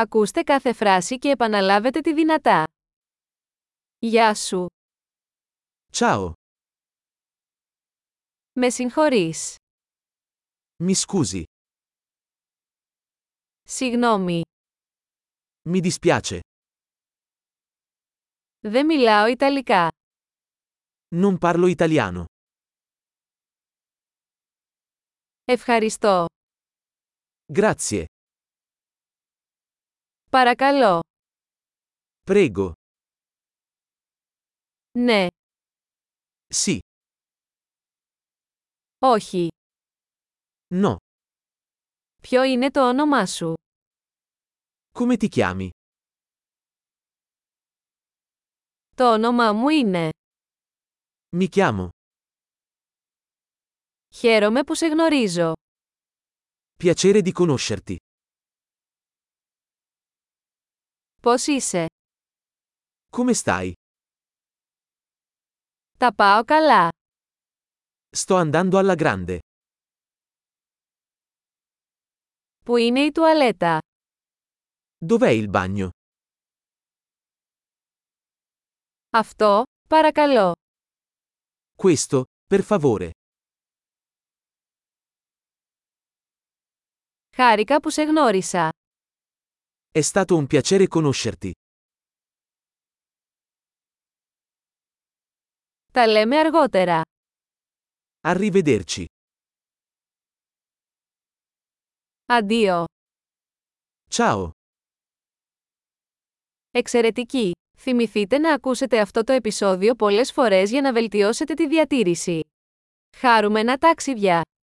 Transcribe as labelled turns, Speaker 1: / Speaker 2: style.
Speaker 1: Ακούστε κάθε φράση και επαναλάβετε τη δυνατά. Γεια σου.
Speaker 2: Ciao,
Speaker 1: Με συγχωρείς.
Speaker 2: mi scusi,
Speaker 1: Συγγνώμη.
Speaker 2: mi dispiace,
Speaker 1: Δεν μιλάω Ιταλικά.
Speaker 2: non parlo italiano.
Speaker 1: Ευχαριστώ.
Speaker 2: Grazie,
Speaker 1: Παρακαλώ.
Speaker 2: prego,
Speaker 1: Ναι.
Speaker 2: sì,
Speaker 1: Όχι.
Speaker 2: no,
Speaker 1: Ποιο είναι το όνομά σου.
Speaker 2: come ti chiami?
Speaker 1: Το όνομά μου είναι.
Speaker 2: Mi chiamo,
Speaker 1: Χαίρομαι που σε γνωρίζω.
Speaker 2: piacere di conoscerti.
Speaker 1: Πώς είσαι.
Speaker 2: Come stai?
Speaker 1: Τα πάω καλά.
Speaker 2: Sto andando alla grande.
Speaker 1: Πού είναι η τουαλέτα.
Speaker 2: Dov'è il bagno?
Speaker 1: Αυτό, παρακαλώ.
Speaker 2: Questo, per favore.
Speaker 1: Χάρηκα που σε γνώρισα.
Speaker 2: È stato un piacere conoscerti.
Speaker 1: Τα λέμε αργότερα.
Speaker 2: Arrivederci.
Speaker 1: Αντίο.
Speaker 2: Ciao.
Speaker 1: Εξαιρετική! Θυμηθείτε να ακούσετε αυτό το επεισόδιο πολλές φορές για να βελτιώσετε τη διατήρηση. Χάρουμενα ταξίδια!